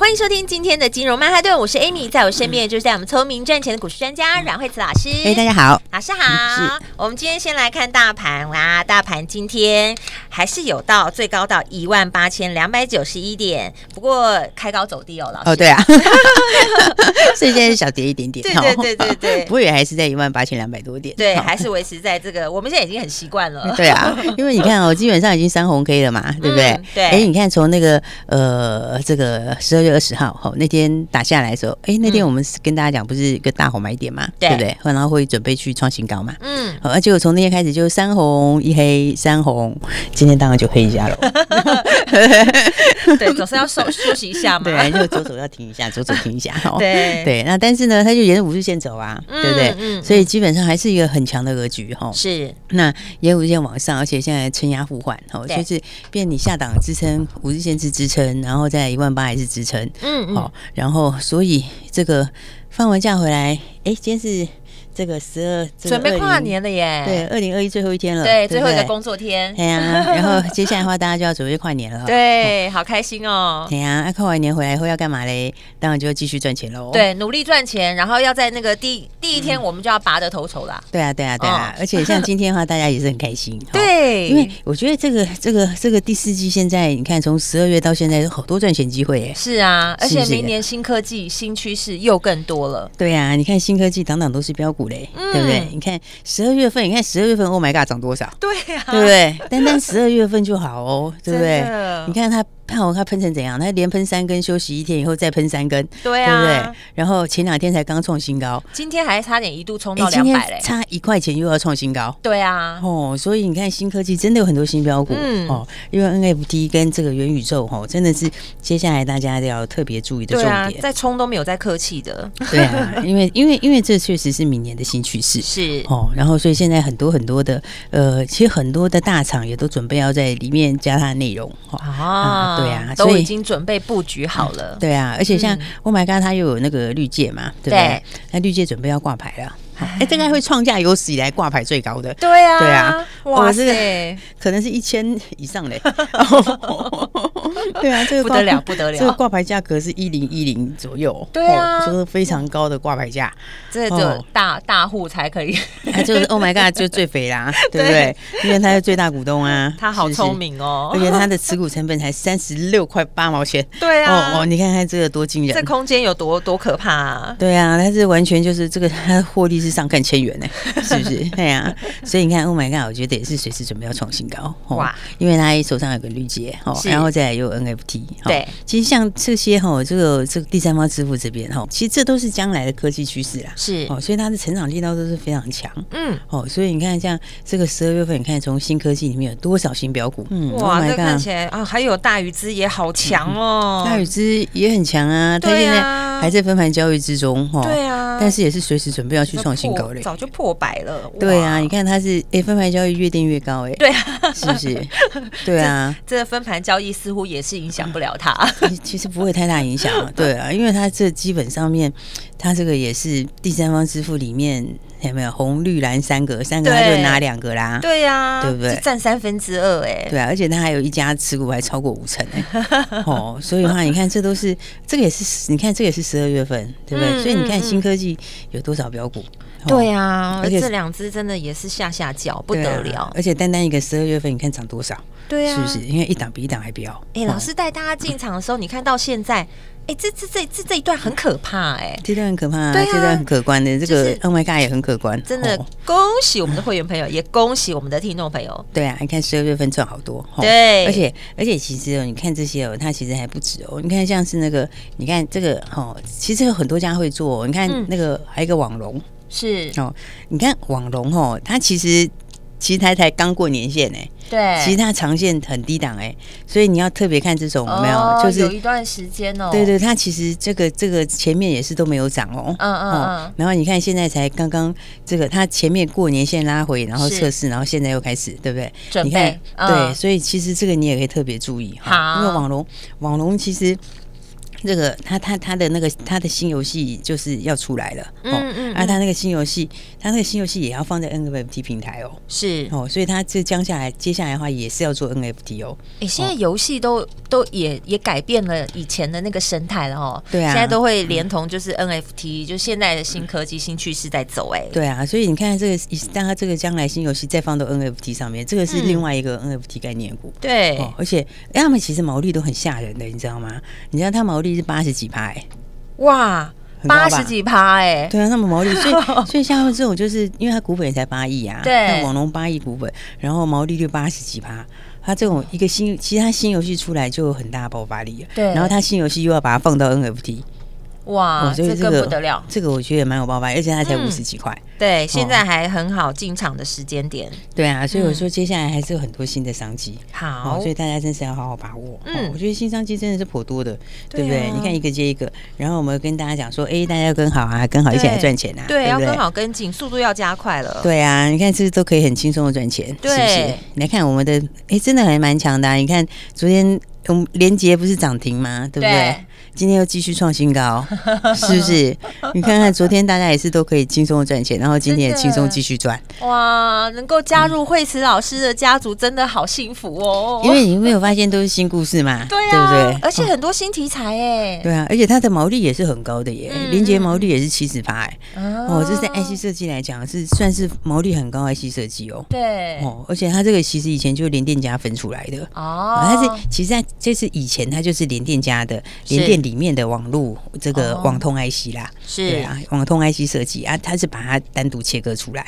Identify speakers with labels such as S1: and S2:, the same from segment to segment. S1: 欢迎收听今天的金融曼哈顿，我是 Amy，在我身边就是在我们聪明赚钱的股市专家阮惠慈老师。
S2: 嗯哎、大家好，
S1: 老师好，我们今天先来看大盘啦。大盘今天还是有到最高到一万八千两百九十一点，不过开高走低哦，老师。
S2: 哦，对啊， 所以现在是小跌一点点，哦
S1: 对对对对对
S2: 呃 不过也还是在一万八千两百多点，
S1: 对
S2: 哦
S1: 还是维持在这个，我们现在已经很习惯了。
S2: 对 啊，因为你看哦，基本上已经三红 K 了嘛，对不对？
S1: 嗯对
S2: 哎，你看从那个呃，这个十二月二十号吼、那天打下来的时候，哎，那天我们是跟大家讲不是一个大红买点嘛，
S1: 嗯对
S2: 不对？然后会准备去创新高嘛。哦
S1: 嗯，
S2: 好，而且我从那天开始就三红一黑，三红，今天当然就黑一下了。
S1: 对，总是要休休息一 下嘛。
S2: 对，就左手要停 一下，左手停一下。哦
S1: 对
S2: 对，那但是呢，它就沿着五日线走啊，
S1: 嗯
S2: 对不对？
S1: 嗯
S2: 所以基本上还是一个很强的格局哈。
S1: 是，
S2: 那沿五日线往上，而且现在承压互换哦，
S1: 对
S2: 就是变你下档支撑，五日线是支撑，然后再一万八还是支撑，
S1: 嗯
S2: 好、然后所以这个放完假回来，哎，今天是这个十二，这个
S1: 准备跨
S2: 20
S1: 年了耶。
S2: 对，二零二一最后一天了，
S1: 对，最后一个
S2: 工，
S1: 工作天。
S2: 对呀、然后接下来的 话，大家就要准备跨年了，。哦
S1: 对，好开心哦。
S2: 对呀、啊，跨完年回来以后要干嘛嘞？当然就要继续赚钱喽。
S1: 对，努力赚钱，然后要在那个第第一天我们就要拔得头筹啦。
S2: 对啊，对啊，对啊！
S1: 哦
S2: 而且像今天的话，大家也是很开心。哦，
S1: 对，
S2: 因为我觉得这个这个这个第四季现在，你看从十二月到现在有好多赚钱机会耶。
S1: 是啊，而
S2: 是
S1: 且
S2: 是
S1: 明年新科技、新趋势又更多了。
S2: 对啊，你看新科技档档都是标股嘞，
S1: 嗯
S2: 对不对？你看十二月份，你看十二月份，Oh my God，涨多少？
S1: 对呀、
S2: 对不对？单单十二月份就好哦，对不对
S1: 真的？
S2: 你看它，看我它喷成怎样？它连喷三根，休息一天以后再喷三根，
S1: 对
S2: 对不
S1: 啊，
S2: 对？然后前两天才刚创新高，
S1: 今天还差点一度冲
S2: 哎
S1: 到
S2: 今
S1: 两
S2: 天
S1: 百嘞。
S2: 差一块钱又要创新高。
S1: 对啊，
S2: 哦，所以你看新科技真的有很多新标股、
S1: 嗯
S2: 哦，因为 NFT 跟这个元宇宙哦，真的是接下来大家要特别注意的重
S1: 对啊，
S2: 点。
S1: 在冲都没有在客气的，
S2: 对啊， 因为因为因为这确实是明年的新趋势。
S1: 是
S2: 哦，然后所以现在很多很多的，呃，其实很多的大厂也都准备要在里面加它的内容哦。
S1: 啊，
S2: 对啊
S1: 都
S2: 所以
S1: 已经准备布局好了。
S2: 对啊，而且像、
S1: 嗯
S2: Oh my God，它又有那个绿界嘛，对不对
S1: 对？
S2: 那绿界准备要挂牌 了，哎、这个应该会创下有史以来挂牌最高的。
S1: 对啊，
S2: 对啊
S1: 哇
S2: 我这个哦
S1: 塞，
S2: 可能是一千以上 嘞。对啊，这个
S1: 不
S2: 挂
S1: 得了不得了
S2: 这个挂牌价格是一零一零左右，
S1: 对啊
S2: 哦这个非常高的挂牌 价，
S1: 这就
S2: 哦
S1: 大大户才可以，
S2: 他 就是 Oh my God，就是最肥啦， 对不对？因为他是最大股东啊，
S1: 他好
S2: 是不是
S1: 聪。明哦
S2: 而。且他的持股成本才三十六块八毛钱，
S1: 对啊
S2: 哦哦，你看看这个多惊
S1: 这
S2: 人！
S1: 空间有多多可怕啊！
S2: 对啊，但是完全就是这个，他的获利是上看千元呢， 是不是？对啊，所以你看，Oh my God，我觉得也是随时准备要创新高、
S1: 哇
S2: 哦、哇！因为他手上有个绿界哦
S1: 是，
S2: 然后再来又有 NFT，、哦、
S1: 对，
S2: 其实像这些哈、哦，这个这个第三方支付这边哈、哦，其实这都是将来的科技趋势啦，
S1: 是
S2: 哦，所以它的成长力道都是非常强。
S1: 嗯，
S2: 哦，所以你看，像这个十二月份，你看从新科技里面有多少新标股？嗯
S1: 哇，这看起来啊，还有大禹之也好强哦，
S2: 大禹之也很强啊，它
S1: 对
S2: 现在
S1: 啊
S2: 还在分盘交易之中哦。
S1: 对啊
S2: 但是也是随时准备要
S1: 早
S2: 去
S1: 就
S2: 创新
S1: 破
S2: 高嘞。
S1: 早就破百了。
S2: 对
S1: 哇
S2: 啊，你看它是哎、分盘交易越定越高哎、
S1: 对啊，
S2: 是 不是？对啊，
S1: 这分盘交易似乎也是影响不了它。
S2: 其其实不会太大影响 啊，对啊，因为它这基本上面，它这个也是第三方支付里面有没有红绿蓝三个，三个它
S1: 对
S2: 就拿两个啦。
S1: 对啊呀，
S2: 对不对
S1: 就占三分之二哎。
S2: 对啊，而且它还有一家持股还超过五成哎、哦，所以的话，你看这都是这个也是，你看这个也是十二月份，对不对？
S1: 嗯
S2: 所以你看
S1: 嗯
S2: 新科技有多少标股？哦
S1: 对啊，
S2: 而且
S1: 这两只真的也是下下脚，不
S2: 对啊
S1: 得了。
S2: 而且单单一个十二月份，你看涨多少？
S1: 对啊，
S2: 是不是？？因为一档比一档还飙。
S1: 哎，老师带大家进场的时候，你看到现在，哎，这这这这这一段很可怕哎，
S2: 这段很可怕、啊，
S1: 对啊
S2: 这段很可观的，这
S1: 就
S2: 个
S1: 是
S2: Oh my God 也很可观，
S1: 真的
S2: 哦
S1: 恭喜我们的会员朋友，也恭喜我们的听众朋友。
S2: 对啊，你看十二月份赚好多，吼
S1: 对
S2: 而且而且其实哦，你看这些哦，它其实还不止哦。你看像是那个，你看这个哦，其实有很多家会做、哦。你看
S1: 嗯
S2: 那个、还有一个网龙
S1: 是
S2: 哦，你看网龙哦，它其实其实它才刚过年线哎、
S1: 对，
S2: 其实它长线很低档哎、所以你要特别看这种有没有，
S1: 哦
S2: 就是
S1: 有一段时间哦，
S2: 对对，它其实这个这个前面也是都没有涨哦。
S1: 嗯嗯
S2: 哦
S1: 嗯，
S2: 然后你看现在才刚刚这个，它前面过年线拉回，然后
S1: 是
S2: 测试，然后现在又开始，对不对？
S1: 准
S2: 你看
S1: 备，
S2: 对，
S1: 嗯
S2: 所以其实这个你也可以特别注意
S1: 好
S2: 因为网龙网龙其实这个它它它的那个它的新游戏就是要出来了，哦
S1: 嗯嗯
S2: 啊，
S1: 嗯
S2: 它那个新游戏，它那个新游戏也要放在 NFT 平台哦，
S1: 是，
S2: 哦，所以它这将下来接下来的话也是要做 NFT 哦，
S1: 哎，现在游戏都都也也改变了以前的那个生态了哦，
S2: 对啊
S1: 现在都会连同就是 NFT，就现在的新科技、新趋势在走，哎，
S2: 对啊，所以你看这个，当它这个将来新游戏再放到 NFT 上面，这个是
S1: 嗯
S2: 另外一个 NFT 概念股。
S1: 对，
S2: 哦，而且哎他们其实毛利都很吓人的，你知道吗？你知道它毛利是八十几趴、哎
S1: 哇，
S2: 很高
S1: 八
S2: 吧
S1: 十几趴，哎，
S2: 对啊，那么毛利，所以所以像他们这种，就是因为它股本也才八亿啊，
S1: 对
S2: 那网龙八亿股本，然后毛利率八十几趴，它这种一个新，其实它新游戏出来就有很大的爆发力了，
S1: 对
S2: 然后它新游戏又要把它放到 NFT，
S1: 哇，
S2: 哦所以
S1: 这
S2: 这
S1: 更
S2: 个
S1: 不得了，
S2: 这个我觉得也蛮有爆发力，而且它才
S1: 嗯
S2: 五十几块，
S1: 对，
S2: 哦
S1: 现在还很好进场的时间点，
S2: 对啊，所以我
S1: 嗯
S2: 说接下来还是有很多新的商机。
S1: 好
S2: 哦，所，以大家真是要好好把握。
S1: 嗯
S2: 嗯，我觉得新商机真的是颇多的，
S1: 对
S2: 对
S1: 啊
S2: 不对？你看一个接一个，然后我们跟大家讲说，哎，大家要跟好啊，跟好一起来赚钱啊，
S1: 对，要
S2: 不
S1: 跟
S2: 对？
S1: 好跟进，速度要加快了，
S2: 对啊，你看这都可以很轻松的赚钱，
S1: 对
S2: 是不是？你来看我们的，哎，真的还蛮强的、啊。你看昨天我们联杰不是涨停吗？对不对？
S1: 对
S2: 今天又继续创新高，是不是？你看看昨天大家也是都可以轻松的赚钱，然后今天也
S1: 真的
S2: 轻松继续赚。
S1: 哇，能够加入惠慈老师的家族，真的好幸福哦！
S2: 因为你有没有发现都是新故事嘛？
S1: 对
S2: 对
S1: 啊，
S2: 不对？哦
S1: 而且很多新题材哎，
S2: 对啊，而且它的毛利也是很高的耶，
S1: 嗯
S2: 连接毛利也是七十八哎，
S1: 哦
S2: 哦，这是在 IC 设计来讲是算是毛利很高的 IC 设计哦，
S1: 对哦，
S2: 哦，而且它这个其实以前就是联电家分出来的，哦，它是其实在这是以前它就是联电家的
S1: 是
S2: 联电里面的网络这个
S1: 哦
S2: 网通 IC 啦，对
S1: 是
S2: 啊，网通 IC 设计啊，它是把它单独切割出来，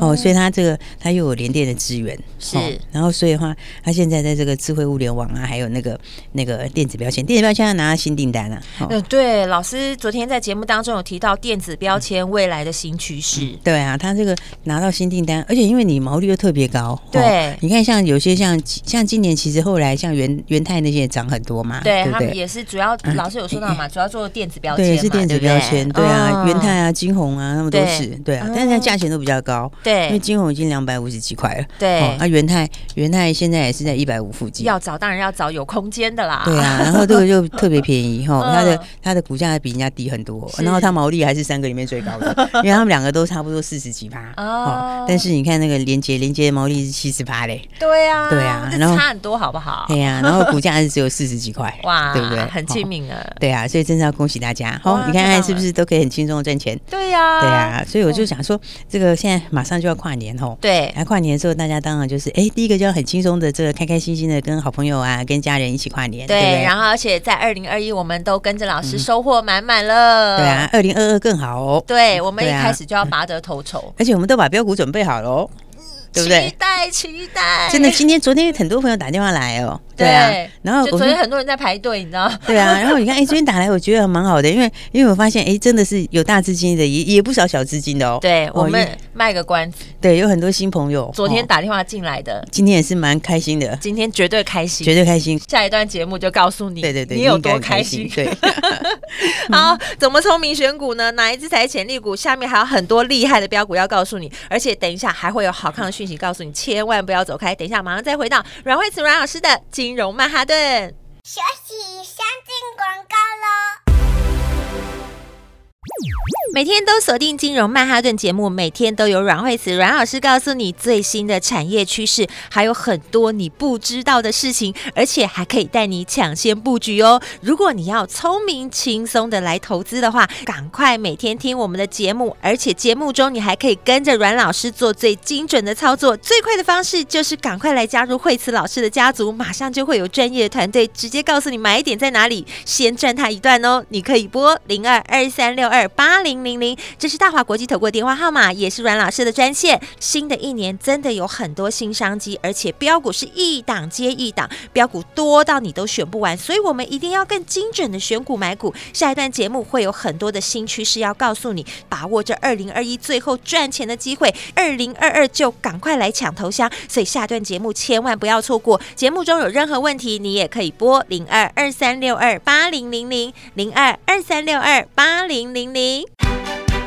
S2: 哦，所以它这个它又有联电的资源，
S1: 是
S2: 哦然后所以的话，它现在在这个智慧物联网啊，还有那个那个电子标签，电子标签要拿到新订单啊，哦
S1: 嗯，对，老师昨天在节目当中有提到电子标签未来的新趋势，
S2: 对啊，它这个拿到新订单，而且因为你毛利又特别高，哦
S1: 对
S2: 你看像有些像像今年其实后来像元元泰那些也涨很多嘛，
S1: 对
S2: 不
S1: 他们
S2: 对？嗯
S1: 也是主要，老师有说到嘛，主要做电子标签嘛，
S2: 对，是电子
S1: 不
S2: 标签，对啊，
S1: 嗯
S2: 元泰啊、金红啊，他们都
S1: 对
S2: 是，对啊
S1: 嗯，
S2: 但是它价钱都比较高，因为
S1: 对
S2: 金红已经两百五十几块了，
S1: 对
S2: 那元泰元泰现在也是在一百五附近，
S1: 要找当然要找有空间的啦，
S2: 对 啊，然后这个就特别便宜哈，
S1: 嗯
S2: 它的它的股价比人家低很多，
S1: 是
S2: 然后它毛利还是三个里面最高的， 因为他们两个都差不多四十几趴
S1: 哦
S2: 哦。但是你看那个连接，连接毛利是七十趴嘞，
S1: 对啊，
S2: 对啊
S1: 这
S2: 然后
S1: 差很多好不好？
S2: 对呀，然后股价是只有四十几块，
S1: 哦 哇，
S2: 对不对？
S1: 很亲
S2: 哦。
S1: 民啊，
S2: 对啊，所以真是要恭喜大家
S1: 哇
S2: 哦！你看
S1: 太棒
S2: 看
S1: 了嗯
S2: 是不是都可以很轻松的赚钱？
S1: 对呀，
S2: 对，啊，所以我就想说，这个现在马上就要跨年吼，哎
S1: 对，
S2: 来跨年的时候，大家当然就是哎，第一个就要很轻松的，这个开开心心的跟好朋友啊，跟家人一起跨年，对不
S1: 对，
S2: 对？嗯
S1: 然后而且在二零二一，我们都跟着老师收获满满了。
S2: 对啊，，二零二二更好哦。
S1: 对，我们一
S2: 对啊
S1: 开始就要拔得头筹，
S2: 而且我们都把标股准备好了哦，
S1: 嗯
S2: 对
S1: 期
S2: 不对？
S1: 待，期待，
S2: 真的，今天昨天很多朋友打电话来哦，
S1: 对。
S2: 啊，然后
S1: 就
S2: 我
S1: 昨天
S2: 们
S1: 很多人在排队，你知道？
S2: 对啊，然后你看，哎，昨天打来，我觉得蛮好的，因为因为我发现，哎，真的是有大资金的，也也不少小资金的哦。
S1: 对，
S2: 哦
S1: 我
S2: 因
S1: 们卖个关子，
S2: 对有很多新朋友，
S1: 昨天
S2: 哦
S1: 打电话进来的，
S2: 今天也是蛮开心的，
S1: 今天绝对开心。
S2: 绝对开心。
S1: 下一段节目就告诉你，
S2: 对对对，
S1: 你有
S2: 应该
S1: 多
S2: 很
S1: 开心。
S2: 对，
S1: 好，怎么聪明选股呢？哪一只才是潜力股？下面还有很多厉害的标股要告诉你，而且等一下还会有好看的讯息告诉你，千万不要走开。等一下马上再回到阮慧慈阮老师的金融曼哈顿。
S3: 学习相进广告喽。
S1: 每天都锁定金融曼哈顿节目，每天都有阮慧慈阮老师告诉你最新的产业趋势，还有很多你不知道的事情，而且还可以带你抢先布局哦。如果你要聪明轻松的来投资的话，赶快每天听我们的节目，而且节目中你还可以跟着阮老师做最精准的操作。最快的方式就是赶快来加入慧慈老师的家族，马上就会有专业的团队直接告诉你买点在哪里，先赚它一段哦。你可以拨零二二三六二八零。零零零，这是大华国际投顾的电话号码，也是阮老师的专线。新的一年真的有很多新商机，而且标股是一档接一档，标股多到你都选不完，所以我们一定要更精准的选股买股。下一段节目会有很多的新趋势要告诉你，把握这二零二一最后赚钱的机会，二零二二就赶快来抢头香。所以下段节目千万不要错过。节目中有任何问题，你也可以拨零二二三六二八零零零零二二三六二八零零零。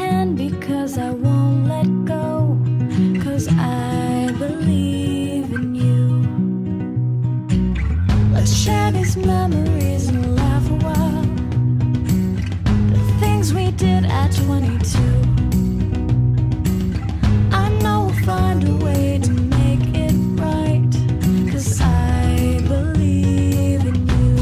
S4: hand because I won't let go. Cause I believe in you. Let's share these memories and laugh a while. The things we did at 22. I know we'll find a way to make it right. Cause I believe in you.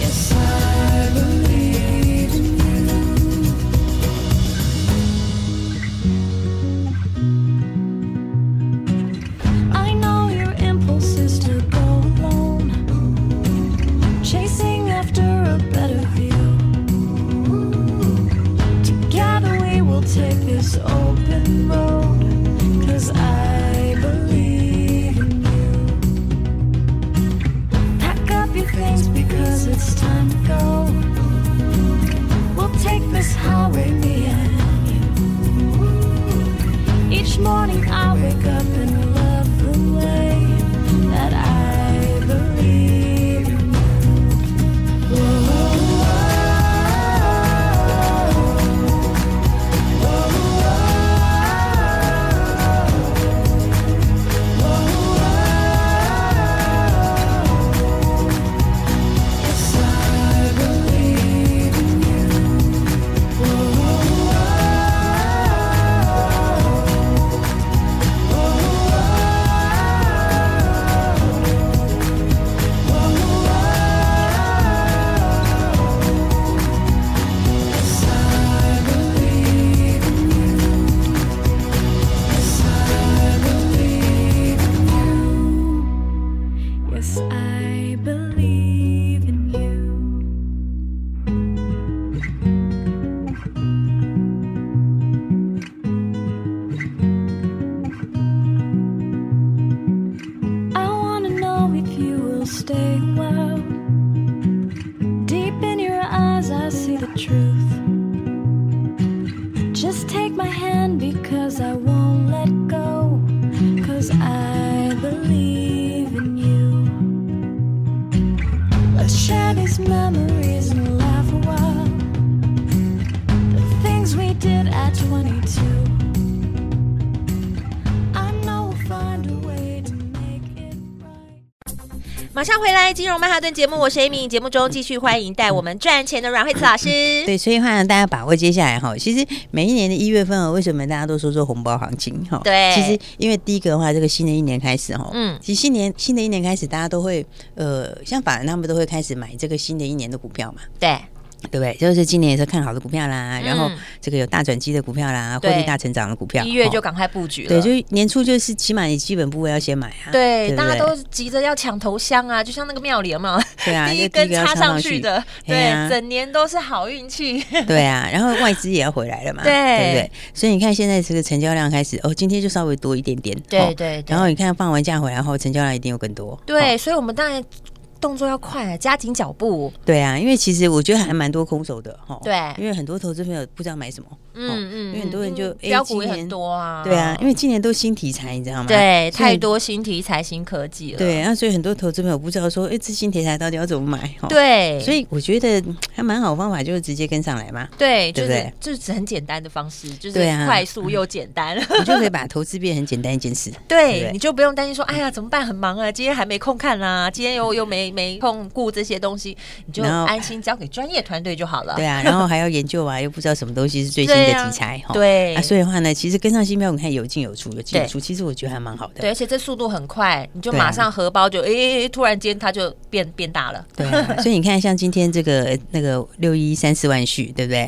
S4: Yes, I believe in you. I know your impulse is to go alone, chasing after a better view. Together we will take this open road, cause I believe in you. Pack up your things because it's time to go. We'll take this highway behind you. Each morning I wake up and love the way that I believe. in you. Yes, I believe in you. Yes, I believe in you. Yes, I believe in you. Yes, I believe in you. I wanna know if you will stay a while. Deep in your eyes, I see the truth. Just take my hand because I won't let go. Cause I believe in you. Let's share these memories and laugh a while. The things we did at 22. I know we'll find a way to make it right.
S1: 马上回来，金融曼哈顿节目，我是 Amy。节目中继续欢迎带我们赚钱的阮慧慈老师。
S2: 对，所以欢迎大家把握接下来哈。其实每一年的一月份哦，为什么大家都说说红包行情哈？
S1: 对
S2: 其实因为第一个的话，这个新的一年开始哈，
S1: 嗯
S2: 其实新年新的一年开始，大家都会呃，像法人他们都会开始买这个新的一年的股票嘛，
S1: 对
S2: 对不对？就是今年也是看好的股票啦，
S1: 嗯
S2: 然后这个有大转机的股票啦，获
S1: 对
S2: 利大成长的股票，
S1: 一月就
S2: 哦
S1: 赶快布局了。
S2: 对，就年初就是起码你基本部位要先买啊，
S1: 对，
S2: 不
S1: 大家都急着要抢头香啊，就像那个庙里有没有？
S2: 对 啊，
S1: 第
S2: 就
S1: 一根
S2: 个要
S1: 插
S2: 上
S1: 上去的，
S2: 嘿啊
S1: 对，整年都是好运气。
S2: 对啊，然后外资也要回来了嘛，
S1: 对
S2: 对不对？所以你看现在这个成交量开始，哦，今天就稍微多一点点， 哦
S1: 对
S2: 然后你看放完假回来后，成交量一定有更多。
S1: 对，
S2: 哦
S1: 所以我们当然动作要快，啊加紧脚步。
S2: 对啊，因为其实我觉得还蛮多空手的哈。哦
S1: 对
S2: 因为很多投资朋友不知道买什么。
S1: 嗯
S2: 嗯
S1: 嗯，
S2: 因为很多人就哎
S1: 标股
S2: 今
S1: 也很
S2: 年
S1: 多啊。
S2: 对啊，因为今年都新题材，你知道吗？
S1: 对
S2: 所以
S1: 太。多新题材、新科技了。
S2: 对，那所以很多投资朋友不知道说，哎，这新题材到底要怎么买？哦，
S1: 对，
S2: 所以我觉得嗯还蛮好的方法，就是直接跟上来嘛，
S1: 对，就
S2: 对不
S1: 是
S2: 对
S1: 就是很简单的方式，就是
S2: 对啊
S1: 快速又简单。
S2: 你就可以把投资变很简单一件事。对 不
S1: 对，
S2: 对
S1: 你就不用担心说，哎呀，怎么办？很忙啊，今天还没空看啦、今天又又没没空顾这些东西，你就
S2: 然后
S1: 安心交给专业团队就好了。
S2: 对啊，然后还要研究啊，又不知道什么东西是最新的
S1: 对啊
S2: 题材哈。
S1: 对
S2: 啊，所以的话呢，其实跟上新标，你看有进有出，有进有
S1: 对
S2: 出，其实我觉得还蛮好的。
S1: 对，而且这速度很快，你就
S2: 对啊
S1: 马上荷包就哎、诶突然间它就变变大了。
S2: 对啊、所以你看，像今天这个那个六一三四万旭，对不对？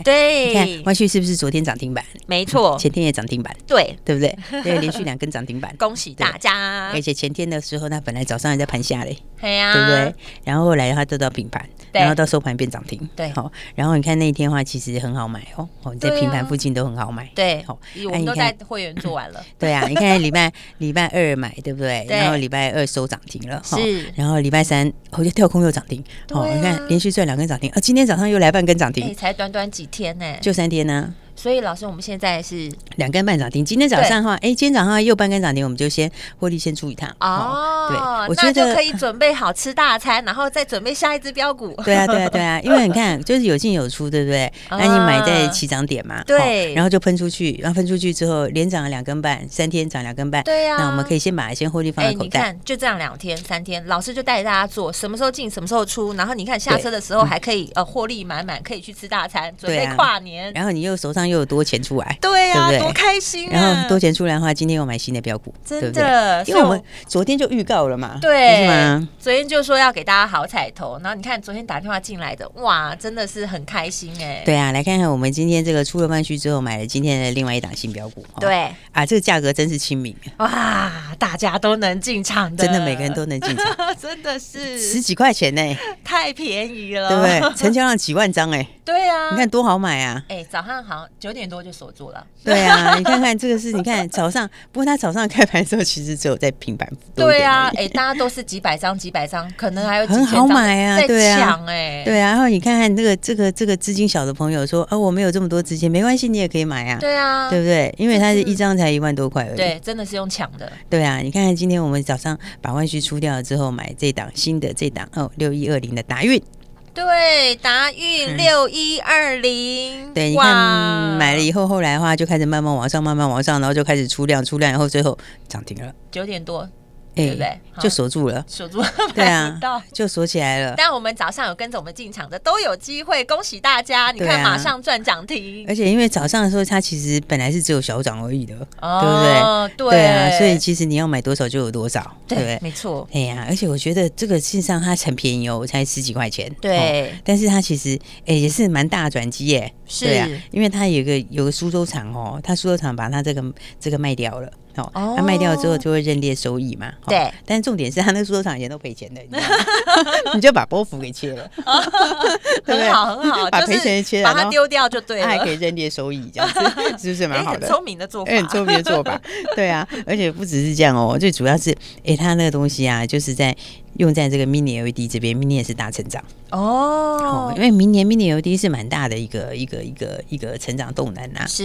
S2: 你看
S1: 对，哦
S2: 万旭是不是昨天涨停板，
S1: 没错，
S2: 前天也涨停板，
S1: 对，
S2: 对不对？对，连续两根涨停板，
S1: 恭喜大家
S2: 而，且前天的时候，它本来早上还在盘下嘞，
S1: 对呀、
S2: 对不对？然后后来它得到平盘，
S1: 啊对
S2: 然后到收盘变涨停，
S1: 对
S2: 好、然后你看那一天的话，其实很好买哦，哦，你在
S1: 对啊
S2: 平盘附近都很好买，
S1: 对
S2: 好
S1: 我
S2: 哎
S1: 们
S2: 你
S1: 都在
S2: 看
S1: 会员做完了，
S2: 对啊，你看礼拜礼拜二买，对不对？
S1: 对
S2: 然后礼拜二收涨停了，哈
S1: 是
S2: 然后礼拜三我就跳空又涨停，哦
S1: 对啊
S2: 你看连续赚两根涨停，啊，今天早上又来半根涨
S1: 哎、
S2: 停，
S1: 才短短几天呢、
S2: 就三天呢、
S1: 所以老师，我们现在是
S2: 两根半涨停。今天早上的话，哎，今天早上又半根涨停，我们就先获利先出一趟。
S1: 哦，
S2: 对，
S1: 那
S2: 我觉
S1: 就可
S2: 得。
S1: 以准备好吃大餐，然后再准备下一只标股。
S2: 对啊，对啊，对啊，因为你看，就是有进有出，对不对？那你买在起涨点嘛，
S1: 啊对
S2: 哦然后就喷出去，然后喷出去之后连涨了两根半，三天涨两根半，
S1: 对啊
S2: 那我们可以先把先获利放
S1: 哎、
S2: 在口
S1: 你
S2: 袋，
S1: 看，就这样两天、三天，老师就带着大家做，什么时候进，什么时候出，然后你看下车的时候还可以呃获利满满，可以去吃大餐，准备
S2: 对啊
S1: 跨年。
S2: 然后你又手上又有多钱出来，
S1: 对呀、
S2: 对不对
S1: 多开心啊！
S2: 然后多钱出来的话，今天又买新的标股，
S1: 真
S2: 对不
S1: 的
S2: 对？
S1: 所以
S2: 因为
S1: 我
S2: 我们昨天就预告了嘛，不
S1: 对
S2: 是吗？
S1: 昨天就说要给大家好彩头，然后你看昨天打电话进来的，哇，真的是很开心哎、
S2: 对啊，来看看我们今天这个出了万旭之后买了今天的另外一档新标股，哦
S1: 对
S2: 啊，这个价格真是亲民，
S1: 哇，大家都能进场的，
S2: 真的每个人都能进场，
S1: 真的
S2: 十
S1: 是
S2: 几块钱呢，
S1: 太便宜了，
S2: 对不对？成交量几万张哎，
S1: 对啊，
S2: 你看多好买啊！
S1: 哎、早上好像九点多就锁住了。
S2: 对啊，你看看这个是，你看早上，不过它早上开盘的时候其实只有在平板多一
S1: 对
S2: 点
S1: 啊
S2: 而，已
S1: 哎、大家都是几百张、几百张，可能还有几
S2: 很
S1: 千
S2: 好
S1: 张
S2: 买啊
S1: 在
S2: 对啊
S1: 抢哎、
S2: 对啊，然后你看看这个这个这个资金小的朋友说，哦，我没有这么多资金，没关系，你也可以买啊，
S1: 对啊，
S2: 对不对？因为它是一张才一万多块而已。
S1: 对，真的是用抢的，
S2: 对啊，你看看今天我们早上把万旭出掉了之后，买这档新的这档哦六一二零的达运，
S1: 对，达运六一二零，
S2: 对，你
S1: 哇
S2: 看买了以后，后来的话就开始慢慢往上，慢慢往上，然后就开始出量，出量以后最后涨停了，
S1: 九点多对
S2: 哎
S1: 不对好
S2: 就锁住了，
S1: 锁住
S2: 对
S1: 买
S2: 啊
S1: 不到。，
S2: 就锁起来了。
S1: 但我们早上有跟着我们进场的都有机会，恭喜大家！你
S2: 对
S1: 看
S2: 啊哎
S1: 马上赚涨停，
S2: 而且因为早上的时候，它其实本来是只有小涨而已的，
S1: 哦
S2: 对不
S1: 对
S2: 对？对啊，所以其实你要买多少就有多少，对不
S1: 对，
S2: 对？
S1: 没错，
S2: 哎呀、而且我觉得这个事实上它很便宜哦，才十几块钱。哦
S1: 对，
S2: 但是它其实哎、也是蛮大的转机耶，
S1: 是
S2: 对啊，因为它有一个有个苏州厂哦，它苏州厂把它这个这个卖掉了。哦，它、
S1: 哦
S2: 卖掉之后就会认列收益嘛。哦
S1: 对，
S2: 但是重点是它那苏州厂以前都赔钱的，你知道 吗你就把波幅给切了， 对不对
S1: 哦很好很好，
S2: 把
S1: 就是
S2: 赔钱的切了，
S1: 把它
S2: 然后
S1: 丢掉就对
S2: 它还
S1: 了
S2: 可。以认列收益，这样子是不是 蛮
S1: 哎，
S2: 好
S1: 很
S2: 的？
S1: 聪明的做法
S2: 哎，很聪明的做法，对啊，而且不只是这样哦，最主要是，哎、它那个东西啊，就是在用在这个 Mini LED 这边，Mini E 也是大成长哦
S1: 哦，
S2: 因为明年 Mini LED 是蛮大的一个一个一个一个成长动能呐、啊哦
S1: 是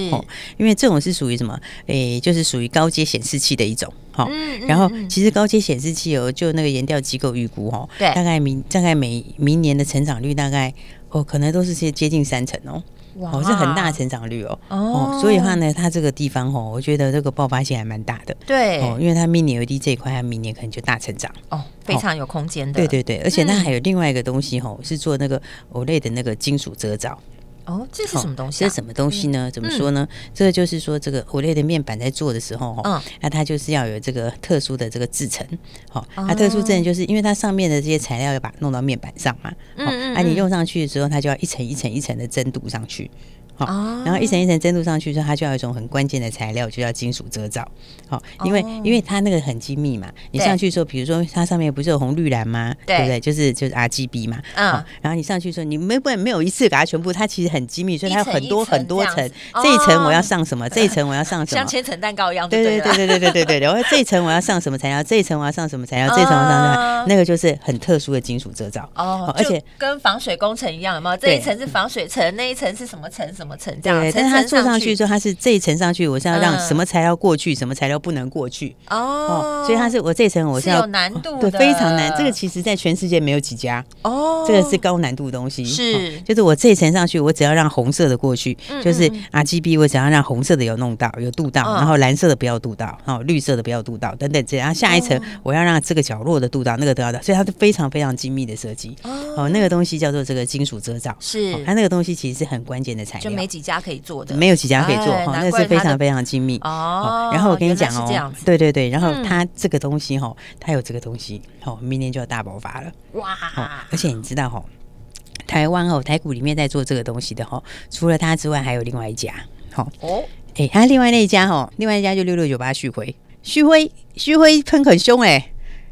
S2: 因为这种是属于什么？诶，就是属于高阶显示器的一种，哈、
S1: 嗯嗯
S2: 然后
S1: 嗯
S2: 其实高阶显示器哦，就那个研调机构预估哦，
S1: 对
S2: 大概明大概每明年的成长率大概哦，可能都是接接近三成哦。
S1: 哇
S2: 哦，是很大的成长率哦，
S1: 哦
S2: 所以的话呢，它这个地方哦，我觉得这个爆发性还蛮大的
S1: 对
S2: 哦，因为它 mini LED 这一块，它明年可能就大成长。
S1: 哦，非常有空间的，
S2: 对对对，而且它
S1: 嗯
S2: 还有另外一个东西吼，是做那个 OLED 的那个金属遮罩。
S1: 哦，这是
S2: 哦
S1: 什么东西？嗯
S2: 这是什
S1: 么？
S2: 么东西呢？怎么说呢？这个就是说，这个 OLED 的面板在做的时候，哈、
S1: 嗯
S2: 那它就是要有这个特殊的这个制成，好、
S1: 哦
S2: 它特殊制成就是因为它上面的这些材料要把它弄到面板上嘛，
S1: 嗯
S2: 哦
S1: 嗯
S2: 啊，
S1: 嗯
S2: 你用上去之后，它就要一层一层一层的蒸镀上去。好
S1: 哦
S2: 然后一层一层蒸镀上去之后，它就要有一种很关键的材料，就叫金属遮罩。好、因为、因为它那个很精密嘛，你
S1: 哦对
S2: 上去之后，比如说它上面不是有红绿蓝吗？
S1: 对
S2: 不对？就是就是 RGB 嘛。
S1: 嗯
S2: 好然后你上去之后，你没不能没有一次给它全部，它其实很精密，所以它有很多
S1: 一层一层
S2: 很多层
S1: 这样子。哦
S2: 这一层我要上什么？这一层我要 上什么
S1: 像？千层蛋糕一样就对
S2: 对对
S1: 了，啊
S2: 对对对对对对，然后这一层我要上什么材料？这一层我要上什么材料？这一层我要上什么材料？
S1: 啊
S2: 那个就是很特殊的金属遮罩
S1: 哦，
S2: 而
S1: 就
S2: 且
S1: 跟防水工程一样，有没有？这
S2: 对
S1: 一层是防水层，那一层是什么层？什么层？这样，
S2: 对，
S1: 层
S2: 但是它
S1: 层
S2: 做上去
S1: 去
S2: 之后，它是这一层上去，我是要让
S1: 嗯
S2: 什么材料过去，什么材料不能过去
S1: 哦
S2: 哦，，所以它是我这一层我
S1: 是
S2: 要
S1: 有难度
S2: 对，
S1: 的
S2: 非常难。这个其实在全世界没有几家，
S1: 哦，
S2: 这个是啊高难度的东西，
S1: 是
S2: 哦就是我这一层上去，我只要让红色的过去，
S1: 嗯
S2: 就是
S1: 嗯
S2: RGB，我只要让红色的有弄到，有镀到，
S1: 嗯
S2: 然后蓝色的不要镀到，哦，绿色的不要镀到，等等这样。然后啊下一
S1: 哦
S2: 层我要让这个角落的镀到，那个得到，所以它是非常非常精密的设计。哦，那个东西叫做这个金属遮罩，
S1: 是
S2: 哦它那个东西其实是很关键的材
S1: 就
S2: 料，
S1: 没几家可以做的，
S2: 没有几家可以做
S1: 哎
S2: 哈、
S1: 难
S2: 那
S1: 怪
S2: 是非
S1: 它的
S2: 常非常精密
S1: 哦
S2: 然后我跟你讲
S1: 原来是
S2: 哦
S1: 这样，子
S2: 对对对，然后
S1: 嗯
S2: 它这个东西哈、哦它有这个东西，哦，明年就要大爆发了。哦
S1: 哇，，
S2: 而且你知道哈、哦，台湾哦，台股里面在做这个东西的哈、哦，除了它之外，还有另外一家，好、哦，
S1: 哦，
S2: 哎，它另外那一家哈、哦，另外一家就六六九八旭辉，旭辉，旭辉喷很凶哎、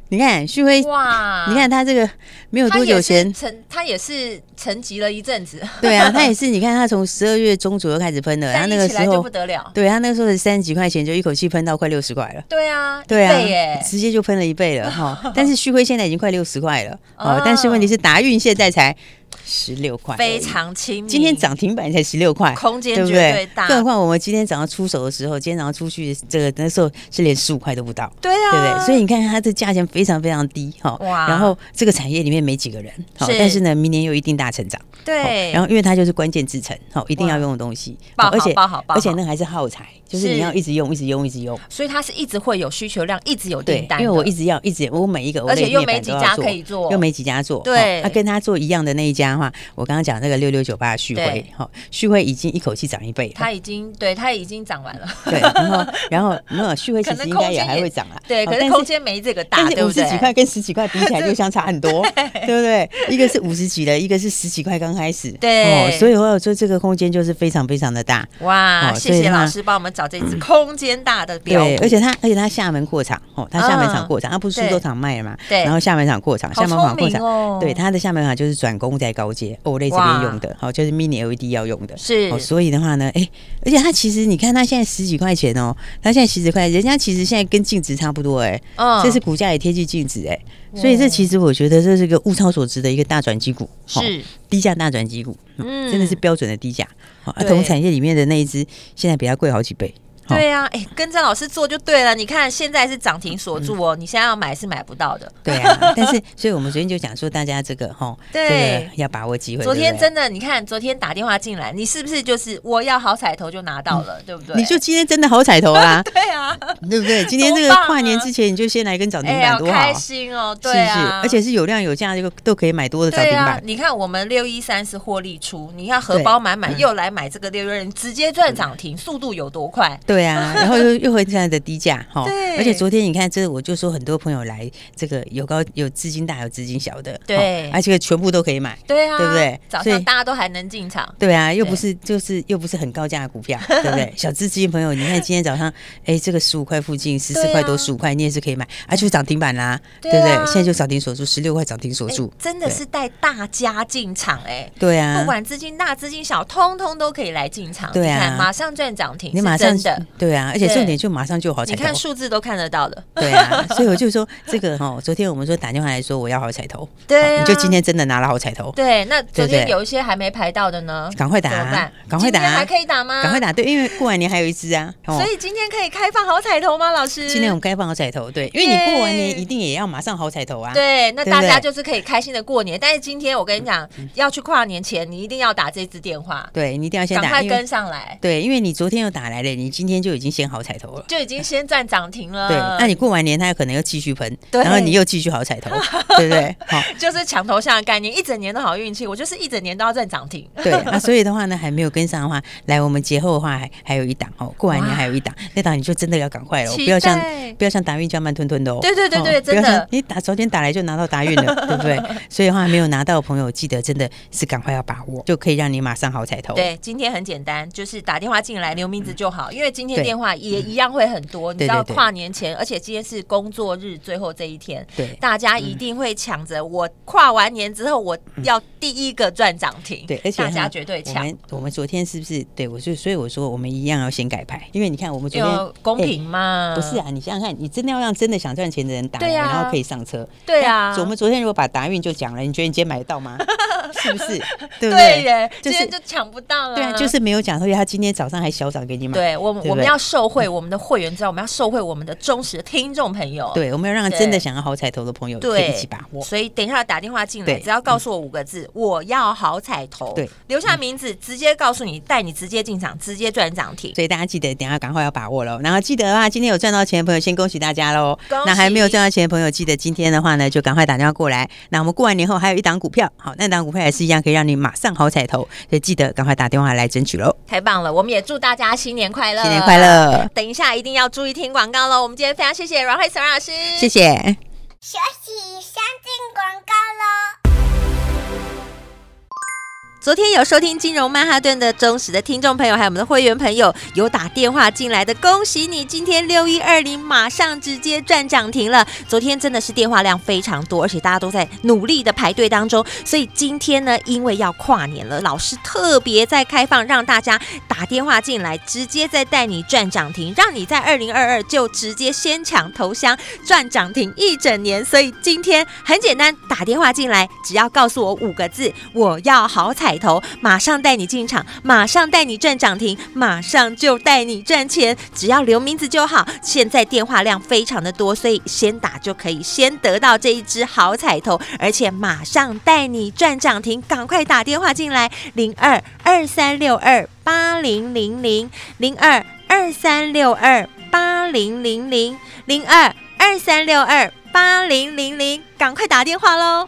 S2: 你看旭辉，
S1: 哇，
S2: 哎你看它这个没有
S1: 他
S2: 多
S1: 也
S2: 久
S1: 是
S2: 前，
S1: 沉，他也是沉寂了一阵子，
S2: 对啊，它也是，你看它从十二月中左右开始喷 的，然后
S1: 但
S2: 那
S1: 一
S2: 个
S1: 起
S2: 时
S1: 来就
S2: 候
S1: 不。得了，
S2: 对他那个时候是三十几块钱，就一口气喷到快六十块了。
S1: 对啊，
S2: 对
S1: 一倍
S2: 啊，
S1: 耶，
S2: 直接就喷了一倍 了哈。但是旭辉现在已经快六十块了
S1: 哦
S2: 哦，但是问题是达运现在才十六块而已，
S1: 非常亲民，
S2: 今天涨停板才十六块，
S1: 嗯空间
S2: 对不
S1: 绝对
S2: 对？
S1: 大
S2: 更何况我们今天早上出手的时候，今天早上出去这个那时候是连十五块都不到。
S1: 对啊，
S2: 对不对？所以你看它的价钱非常非常低哈，
S1: 哇
S2: 然后这个产业里面没几个人，好
S1: 是
S2: 但是呢，明年又一定大成长，
S1: 对，
S2: 哦然后因为它就是关键制成，好，一定
S1: 哇
S2: 要用的东西，
S1: 爆
S2: 好
S1: 好
S2: 而且
S1: 爆好爆好
S2: 而且那个还是耗材，就是
S1: 是
S2: 你要一直用，一直用，一直用，
S1: 所以它是一直会有需求量，一直有
S2: 对
S1: 订，单的，
S2: 因为我一直要一直我每一个，
S1: 而且又没几家可以做
S2: 又没几家做，
S1: 对
S2: 哦那、跟他做一样的那一家的话，我刚刚讲那个六六九八的旭辉
S1: 对，
S2: 好、旭辉已经一口气涨一倍了
S1: 它。已经对它已经涨完了，
S2: 对，然后然后没有旭辉其
S1: 可
S2: 实
S1: 能
S2: 应
S1: 空
S2: 该
S1: 间
S2: 也还
S1: 也
S2: 会涨啊，
S1: 对，
S2: 哦
S1: 可是
S2: 但
S1: 空间没这个大，
S2: 但
S1: 对
S2: 是
S1: 不
S2: 五十
S1: 对？
S2: 几块跟十几块比 起来，就相差很多，对不对？一个是五十几的，一个是十几块刚开始，哦
S1: 对
S2: 所以我有说这个空间就是非常非常的大，
S1: 哇，
S2: 哦
S1: 谢
S2: 所以
S1: 谢
S2: 它
S1: 老师帮我们找这只空间大的标
S2: 对，
S1: 股，
S2: 而且它而且它厦门扩厂哦，它厦门
S1: 嗯
S2: 厂扩厂，它不是苏州厂卖了嘛？
S1: 对
S2: 然后厦门厂扩厂，
S1: 好
S2: 厦门厂
S1: 聪
S2: 扩
S1: 明哦
S2: 厂，对，它的厦门厂就是转工在高阶 OLED 这
S1: 哇
S2: 边用的，好，哦就是 Mini LED 要用的，
S1: 是
S2: 哦，所以的话呢，哎，而且它其实你看它现在十几块钱哦，它现在十几块，人家其实现在跟净值差不多哎，
S1: 嗯
S2: 这是股价也贴近净值哎，所以这其实我觉得这是一个物超所值的一个大转机股，哦
S1: 是
S2: 低价大转机股，哦
S1: 嗯
S2: 真的是标准的低价，好啊
S1: 对
S2: 同产业里面的那一只现在比它贵好几倍，哦
S1: 对啊，哎，跟着老师做就对了。你看现在是涨停锁住哦，你现在要买是买不到的。
S2: 对啊，但是所以我们昨天就讲说，大家这个哈，
S1: 对
S2: 这个要把握机会。
S1: 昨天
S2: 对不对
S1: 真的，你看昨天打电话进来，你是不是就是我要好彩头就拿到了，对不对？，
S2: 嗯你就今天真的好彩头啦
S1: 对啊，
S2: 对不对？今天这
S1: 多
S2: 个
S1: 棒啊
S2: 跨年之前，你就先来跟涨停
S1: 哎
S2: 板
S1: 呀，
S2: 多好
S1: 开
S2: 啊，
S1: 心哦，
S2: 是不
S1: 对
S2: 是
S1: 啊，？
S2: 而且是有量有价，这个都可以买多的涨
S1: 对
S2: 停
S1: 啊，
S2: 板。
S1: 你看我们六一三是获利出，你看荷包满
S2: 嗯
S1: 满又来买这个六月人，直接赚涨停，速度有多快？
S2: 对啊，然后又 又回现在的低价哈
S1: 对，
S2: 而且昨天你看，这我就说很多朋友来，这个有高有资金大有资金小的，
S1: 对
S2: 哦而且全部都可以买，
S1: 对啊，
S2: 对不对
S1: 早
S2: 所以
S1: 上大家都还能进场，
S2: 对啊，又不
S1: 对
S2: 是就是又不是很高价的股票，对 不对？小资金朋友，你看今天早上，哎，这个十五块附近，十四
S1: 对啊
S2: 块多，十五块，你也是可以买，而且涨停板啦，
S1: 对
S2: 对
S1: 啊
S2: 不对？现在就涨停锁住，十六块涨停锁
S1: 哎
S2: 住，
S1: 真的是带大家进场哎、
S2: 对
S1: 不
S2: 啊。
S1: 管资金大资金小，通通都可以来进场。
S2: 对啊
S1: 你看马上赚涨停，
S2: 你
S1: 是
S2: 马上
S1: 真的，的，
S2: 对啊，而且
S1: 对
S2: 重点就马上就有好彩
S1: 你
S2: 头
S1: 看。数字都看得到的。
S2: 对啊，所以我就说这个哈，昨天我们说打电话来说我要好彩头，
S1: 对啊
S2: 你就今天真的拿了好彩头，
S1: 对，那昨
S2: 对对
S1: 天有一些还没排到的呢，
S2: 赶快
S1: 怎么
S2: 打
S1: 办，？
S2: 赶快打，
S1: 今天还可以打吗？
S2: 赶快。打，对，因为过完年还有一支啊，哦
S1: 啊 所以今天可以开放好彩头吗，老师？
S2: 今天我们该放好彩头，对，因为你
S1: 耶
S2: 过完年一定也要马上好彩头啊，
S1: 对，那
S2: 对不
S1: 大家
S2: 对嗯
S1: 就是可以开心的过年。但是今天我跟你讲，要去跨年前，你一定要打这支电话，
S2: 对，你一定要先
S1: 赶
S2: 打，
S1: 快
S2: 因为
S1: 跟上来，
S2: 对，因为你昨天又打来了，你今天就已经先好彩头了。
S1: 就已经先占涨停了。
S2: 对，那你过完年，他有可能又继续喷，
S1: 嗯对
S2: 然后你又继续好彩头，对不对？好、
S1: 就是墙头下的概念，一整年的好运气，我就是一整年都要占涨停。
S2: 对，那所以的话呢，还没有跟上的话，来我们节后的话还还有一档哦，过完年
S1: 哇
S2: 还有一档，那档你就真的要赶快了，哦
S1: 期
S2: 不要像
S1: 待
S2: 不要像达运这样慢吞吞的哦。
S1: 对对对对
S2: 哦
S1: 真的
S2: 不要像你打昨天打来就拿到达运了，对不对？所以的话没有拿到的朋友，记得真的是赶快要把握，就可以让你马上好彩头。嗯
S1: 对，今天很简单，就是打电话进来留名字就好，因为今天
S2: 对嗯
S1: 电话也一样会很多。你知
S2: 对
S1: 道
S2: 对对
S1: 跨年前，而且今天是工作日最后这一天，
S2: 对
S1: 大家一定会抢着我跨完年之后，我要第一个赚涨停。
S2: 对，而且
S1: 大家
S2: 哈
S1: 绝对
S2: 我
S1: 抢，
S2: 们我们昨天是不是？对我就所以我说我们一样要先改牌，因为你看我们昨
S1: 有
S2: 天
S1: 公
S2: 哎
S1: 平嘛？
S2: 不是啊，你想想看，你真的要让真的想赚钱的人打来，
S1: 对啊
S2: 然后可以上车。
S1: 对啊
S2: 那我们昨天如果把答运就讲了，你觉得你今天买得到吗？是不 是？对不
S1: 对耶，
S2: 就
S1: 今
S2: 是
S1: 天就抢不到了。
S2: 对啊，就是没有讲，所以他今天早上还小涨给你买。
S1: 对我们
S2: 对不对
S1: 我们要受惠我们的会员之外，我们要受惠我们的忠实听众朋友。
S2: 对，我们要让
S1: 对
S2: 真的想要好彩头的朋友可以
S1: 对，
S2: 一起把握。
S1: 所以等一下打电话进来，
S2: 对嗯
S1: 只要告诉我五个字，我要好彩头，
S2: 对，
S1: 留下名字，直接告诉你，带你直接进场，直接赚涨停。
S2: 所以大家记得等一下赶快要把握喽。然后记得啊，今天有赚到钱的朋友先恭喜大家喽
S1: 恭喜。
S2: 那还没有赚到钱的朋友，记得今天的话呢，就赶快打电话过来。那我们过完年后还有一档股票，好，那档股票也是一样可以让你马上好彩头，所以记得赶快打电话来争取喽。
S1: 太棒了，我们也祝大家新年快乐，
S2: 新年快！乐，
S1: 等一下一定要注意听广告喽。我们今天非常谢谢阮慧慈阮老师，
S2: 谢谢。
S3: 学习相进广告喽。
S1: 昨天有收听金融曼哈顿的忠实的听众朋友，还有我们的会员朋友，有打电话进来的，恭喜你！今天六一二零马上直接赚涨停了。昨天真的是电话量非常多，而且大家都在努力的排队当中，所以今天呢，因为要跨年了，老师特别在开放让大家打电话进来，直接再带你赚涨停，让你在二零二二就直接先抢头香赚涨停一整年。所以今天很简单，打电话进来，只要告诉我五个字，我要好彩头，马上带你进场，马上带你赚涨停，马上就带你赚钱，只要留名字就好。现在电话量非常的多，所以先打就可以先得到这一支好彩头，而且马上带你赚涨停，赶快打电话进来，零二二三六二八零零零零二二三六二八零零零零二二三六二八零零零，赶快打电话喽！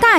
S5: 大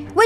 S5: 为